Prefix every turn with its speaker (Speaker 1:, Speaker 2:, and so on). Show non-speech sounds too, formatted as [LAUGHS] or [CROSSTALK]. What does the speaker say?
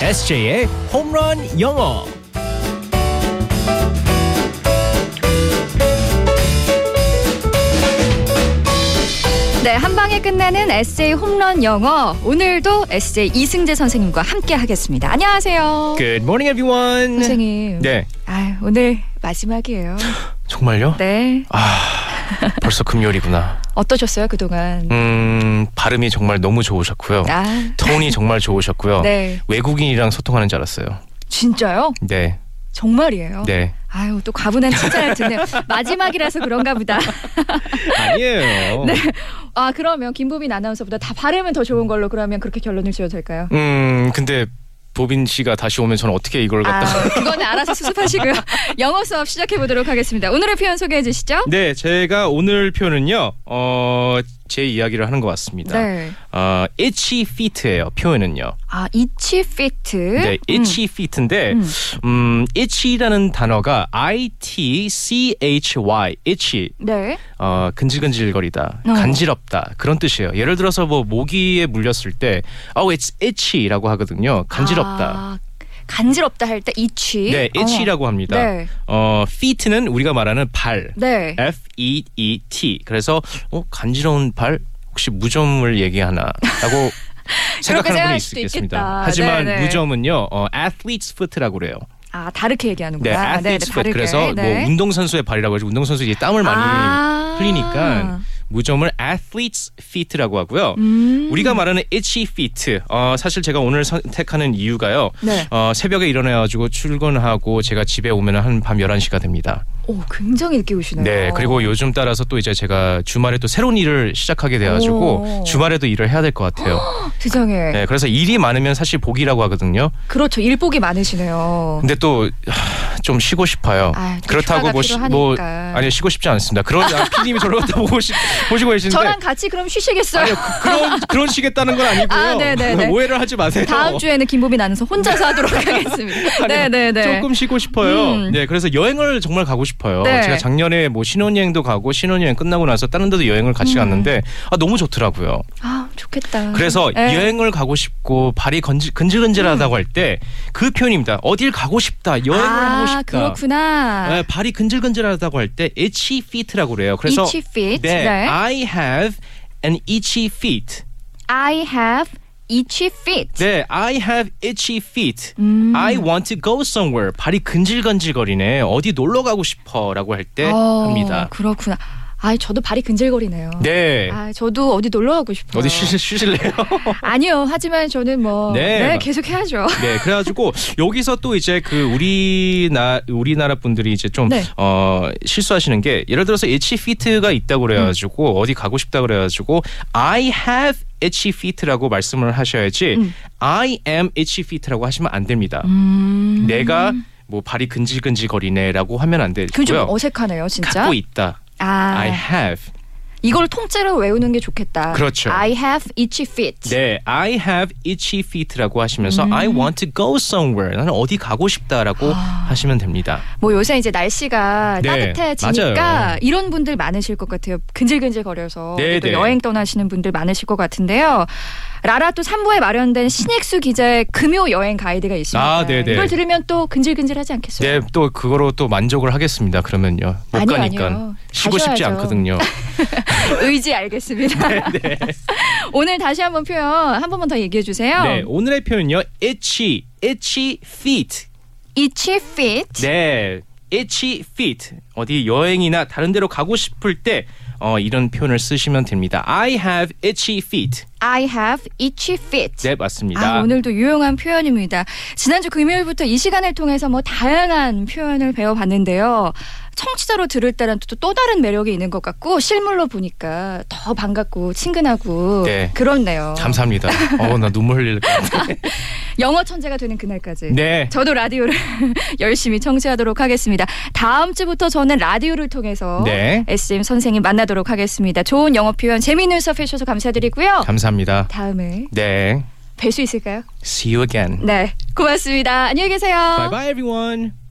Speaker 1: SJ의 홈런 영어.
Speaker 2: 네, 한 방에 끝나는 에세이 홈런 영어. 오늘도 에세이 이승재 선생님과 함께 하겠습니다. 안녕하세요.
Speaker 1: Good morning, everyone.
Speaker 2: 선생님.
Speaker 1: 네,
Speaker 2: 아, 오늘 마지막이에요.
Speaker 1: 정말요?
Speaker 2: 네.
Speaker 1: 아, 벌써 금요일이구나.
Speaker 2: 어떠셨어요, 그동안?
Speaker 1: 음, 발음이 정말 너무 좋으셨고요.
Speaker 2: 아,
Speaker 1: 톤이 정말 좋으셨고요.
Speaker 2: 네.
Speaker 1: 외국인이랑 소통하는 줄 알았어요.
Speaker 2: 진짜요?
Speaker 1: 네,
Speaker 2: 정말이에요.
Speaker 1: 네.
Speaker 2: 아유, 또 과분한 칭찬을 듣네요. 마지막이라서 그런가 보다.
Speaker 1: 아니에요.
Speaker 2: 아, 그러면 김보민 아나운서보다 다 발음은 더 좋은 걸로 그러면 그렇게 결론을 지어도 될까요?
Speaker 1: 음, 근데 보빈 씨가 다시 오면 저는 어떻게 이걸
Speaker 2: 아,
Speaker 1: 갖다가
Speaker 2: 그거는 알아서 수습하시고요. 영어 수업 시작해 보도록 하겠습니다. 오늘의 표현 소개해 주시죠.
Speaker 1: [LAUGHS] 네, 제가 오늘 표현은요. 어, 제 이야기를 하는 것 같습니다.
Speaker 2: 네.
Speaker 1: 어, itchy feet예요. 표현은요.
Speaker 2: 아, 음. itchy feet.
Speaker 1: 네, itchy feet인데
Speaker 2: 예? 음.
Speaker 1: 음, itchy라는 단어가 i t c h y itchy
Speaker 2: 네.
Speaker 1: 어, 근질근질거리다,
Speaker 2: 어.
Speaker 1: 간지럽다 그런 뜻이에요. 예를 들어서 뭐 모기에 물렸을 때 oh it's itchy라고 하거든요. 간지럽다.
Speaker 2: 아, 간지럽다 할 때 어. itchy.
Speaker 1: 네, itchy라고 합니다.
Speaker 2: 네.
Speaker 1: 어, feet는 우리가 말하는 발.
Speaker 2: 네.
Speaker 1: F E E T. 그래서 어, 간지러운 발 혹시 무좀을 얘기하나라고
Speaker 2: [LAUGHS]
Speaker 1: 생각하는 분이
Speaker 2: 생각할
Speaker 1: 있을 수
Speaker 2: 수도
Speaker 1: 있겠습니다.
Speaker 2: 있겠다.
Speaker 1: 하지만
Speaker 2: 네네.
Speaker 1: 무좀은요, 어, athlete's foot라고 그래요.
Speaker 2: 아, 다르게
Speaker 1: 네,
Speaker 2: 얘기하는구나.
Speaker 1: athlete's foot.
Speaker 2: 다르게. 네.
Speaker 1: 그래서 뭐 운동 선수의 발이라고 해서 운동 선수 이제 땀을 많이
Speaker 2: 아.
Speaker 1: 흘리니까 무좀을 athlete's feet라고 하고요.
Speaker 2: 음.
Speaker 1: 우리가 말하는 itchy feet. 어, 사실 제가 오늘 선택하는 이유가요.
Speaker 2: 네.
Speaker 1: 어, 새벽에 일어나가지고 출근하고 제가 집에 오면 한 밤 11시가 됩니다.
Speaker 2: 오, 굉장히 늦게 오시네요.
Speaker 1: 네, 그리고 요즘 따라서 또 이제 제가 주말에 또 새로운 일을 시작하게 돼가지고
Speaker 2: 오.
Speaker 1: 주말에도 일을 해야 될 것 같아요.
Speaker 2: 세상에.
Speaker 1: 네, 그래서 일이 많으면 사실 복이라고 하거든요.
Speaker 2: 그렇죠. 일복이 많으시네요.
Speaker 1: 근데 또 좀 쉬고 싶어요.
Speaker 2: 아, 또
Speaker 1: 그렇다고
Speaker 2: 휴가가
Speaker 1: 뭐, 쉬- 뭐
Speaker 2: 필요하니까.
Speaker 1: 아니 쉬고 싶지 않습니다. 그런 아, 피디님이 저를 [LAUGHS] 갖다 보고 시, 보시고 계시는데
Speaker 2: 저랑 같이 그럼 쉬시겠어요?
Speaker 1: 아니요 그- 그런 그런 쉬겠다는 건 아니고요.
Speaker 2: 아, 네네네.
Speaker 1: 오해를 하지 마세요.
Speaker 2: 다음 주에는 김보민 아나운서 혼자서
Speaker 1: [LAUGHS]
Speaker 2: 하도록 하겠습니다. 네, 네, 네.
Speaker 1: 조금 쉬고 싶어요.
Speaker 2: 음.
Speaker 1: 네, 그래서 여행을 정말 가고 싶어요.
Speaker 2: 네.
Speaker 1: 제가 작년에 뭐 신혼여행도 가고 신혼여행 끝나고 나서 다른 데도 여행을 같이 갔는데 아, 너무 좋더라고요.
Speaker 2: 음. 아, 좋겠다.
Speaker 1: 그래서 예,
Speaker 2: 네. 음.
Speaker 1: 여행을 가고 싶고 발이 건지, 근질근질하다고 할 때 그 표현입니다. 어딜 가고 싶다, 여행을
Speaker 2: 아,
Speaker 1: 하고 싶다.
Speaker 2: 그렇구나.
Speaker 1: 네, 발이 근질근질하다고 할 때 itchy feet라고 그래요. 그래서
Speaker 2: itchy feet.
Speaker 1: 네,
Speaker 2: 네.
Speaker 1: I have an itchy feet.
Speaker 2: I have itchy feet.
Speaker 1: 네, I have itchy feet.
Speaker 2: 음.
Speaker 1: I want to go somewhere. 발이 근질근질거리네. 어디 놀러 가고 싶어라고 할 때
Speaker 2: 어,
Speaker 1: 합니다.
Speaker 2: 그렇구나. 아, 저도 발이 근질거리네요.
Speaker 1: 네.
Speaker 2: 아, 저도 어디 놀러 가고 싶어요.
Speaker 1: 어디 쉬, 쉬실래요?
Speaker 2: 아니요. 하지만 저는 뭐
Speaker 1: 네.
Speaker 2: 네, 계속 해야죠.
Speaker 1: 네, 그래가지고 여기서 또 이제 그 우리나 우리나라 분들이 이제 좀
Speaker 2: 네.
Speaker 1: 어, 실수하시는 게 예를 들어서 itchy feet가 있다 그래가지고
Speaker 2: 음.
Speaker 1: 어디 가고 싶다 그래가지고 I have itchy feet라고 말씀을 하셔야지
Speaker 2: 음.
Speaker 1: I am itchy feet라고 하시면 안 됩니다.
Speaker 2: 음.
Speaker 1: 내가 뭐 발이 근질근질거리네라고 하면 안
Speaker 2: 그게 좀
Speaker 1: 되고요.
Speaker 2: 어색하네요, 진짜.
Speaker 1: 갖고 있다.
Speaker 2: 아,
Speaker 1: I have.
Speaker 2: 이걸 통째로 외우는 게 좋겠다.
Speaker 1: 그렇죠.
Speaker 2: I have itchy feet.
Speaker 1: 네, I have itchy feet라고 하시면서
Speaker 2: 음.
Speaker 1: I want to go somewhere. 나는 어디 가고 싶다라고
Speaker 2: 아.
Speaker 1: 하시면 됩니다.
Speaker 2: 뭐 요새 이제 날씨가
Speaker 1: 네,
Speaker 2: 따뜻해지니까
Speaker 1: 맞아요.
Speaker 2: 이런 분들 많으실 것 같아요. 근질근질 거려서
Speaker 1: 네,
Speaker 2: 또
Speaker 1: 네.
Speaker 2: 여행 떠나시는 분들 많으실 것 같은데요. 라라 또 3부에 마련된 신익수 기자의 금요 여행 가이드가 있습니다.
Speaker 1: 아, 네, 네.
Speaker 2: 이걸 들으면 또 근질근질하지 않겠어요?
Speaker 1: 네, 또 그거로 또 만족을 하겠습니다. 그러면요. 못
Speaker 2: 아니요,
Speaker 1: 가니까.
Speaker 2: 아니요.
Speaker 1: 쉬고 싶지
Speaker 2: 가셔야죠. [LAUGHS]
Speaker 1: 않거든요.
Speaker 2: 의지 알겠습니다.
Speaker 1: 네,
Speaker 2: [LAUGHS] 오늘 다시 한번 표현 한 번만 더 얘기해 주세요.
Speaker 1: 네, 오늘의 표현요. itchy, itchy
Speaker 2: [LAUGHS]
Speaker 1: feet.
Speaker 2: itchy feet.
Speaker 1: 네. itchy feet. 어디 여행이나 다른 데로 가고 싶을 때 어, 이런 표현을 쓰시면 됩니다. I have itchy feet.
Speaker 2: I have itchy feet.
Speaker 1: 네, 맞습니다.
Speaker 2: 아, 오늘도 유용한 표현입니다. 지난주 금요일부터 이 시간을 통해서 뭐 다양한 표현을 배워봤는데요. 청취자로 들을 때랑 또, 또 다른 매력이 있는 것 같고 실물로 보니까 더 반갑고 친근하고
Speaker 1: 네.
Speaker 2: 그렇네요. [LAUGHS]
Speaker 1: 감사합니다. 어, 나 눈물 흘릴 것 같아.
Speaker 2: 영어 천재가 되는 그날까지.
Speaker 1: 네.
Speaker 2: 저도 라디오를 [LAUGHS] 열심히 청취하도록 하겠습니다. 다음 주부터 저는 라디오를 통해서
Speaker 1: 네.
Speaker 2: SM 선생님 만나도록 하겠습니다. 좋은 영어 표현 재미있는 수업 해주셔서 감사드리고요.
Speaker 1: 감사합니다.
Speaker 2: 다음에
Speaker 1: 네.
Speaker 2: 뵐 수 있을까요?
Speaker 1: See you again.
Speaker 2: 네. 고맙습니다. 안녕히 계세요.
Speaker 1: Bye bye everyone.